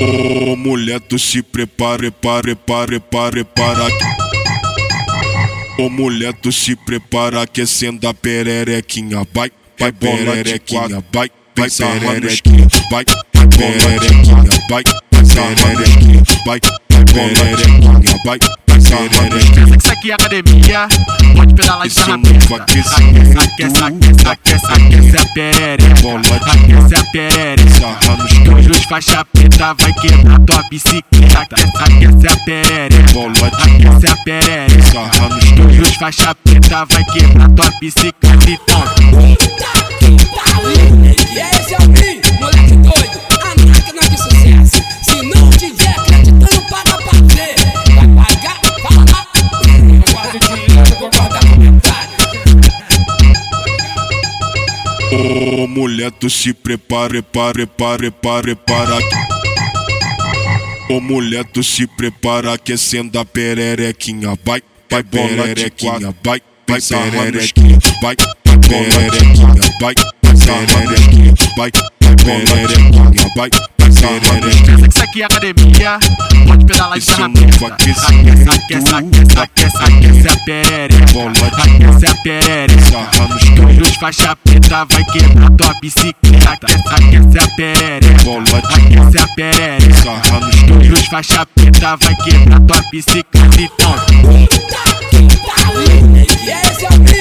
Ô mulher, tu Oh, se prepara, prepara, prepara, prepara. Ô mulher, tu Oh, se prepara, aquecendo a pererequinha. Vai, vai, pererequinha, vai, vai, pererequinha, vai, vai, pererequinha, vai, pererequinha, vai, pererequinha, vai, pererequinha. Pensa que é academia, pode pedalar de Esse é na um merda. aquecimento. Aquece, aquece, aquece, aquece a Bola perereca. de Aquece a perereca. Sarra nos Dois luz faixa preta vai quebrar tua bicicleta. Aquece, aquece a perereca. Bola de Aquece a perereca. sarra nos Dois luz faixa preta vai quebrar tua bicicleta. Então, Eita, que pariu! E esse é o fim, moleque doido, a máquina de sucesso. Se não tiver acreditando, paga pra ver. Vai pagar, fala lá. Guarda o dinheiro, vou guardar comentário. Ô mulher, tu se prepara, prepara, prepara, prepara. Ô mulher, tu se prepara, aquecendo a pererequinha. Vai, vai, pererequinha, vai, vai, pererequinha, vai, vai, pererequinha, vai, vai, pererequinha, vai, vai, pererequinha, vai, vai, pererequinha. pensa que isso aqui é academia, pode pedalar de Esse é na um merda. Aquece, aquecimento. aquece, aquece, aquece, aquece a perereca. Bola de Aquece a perereca. Sarra nos Dois dois, luz faixa preta vai quebrar tua bicicleta. Aquece, aquece a perereca. Bola de Aquece a perereca. sarra nos dois. Dois luz faixa preta vai quebrar tua bicicleta. Então, Eita, que pariu! E esse é o fim,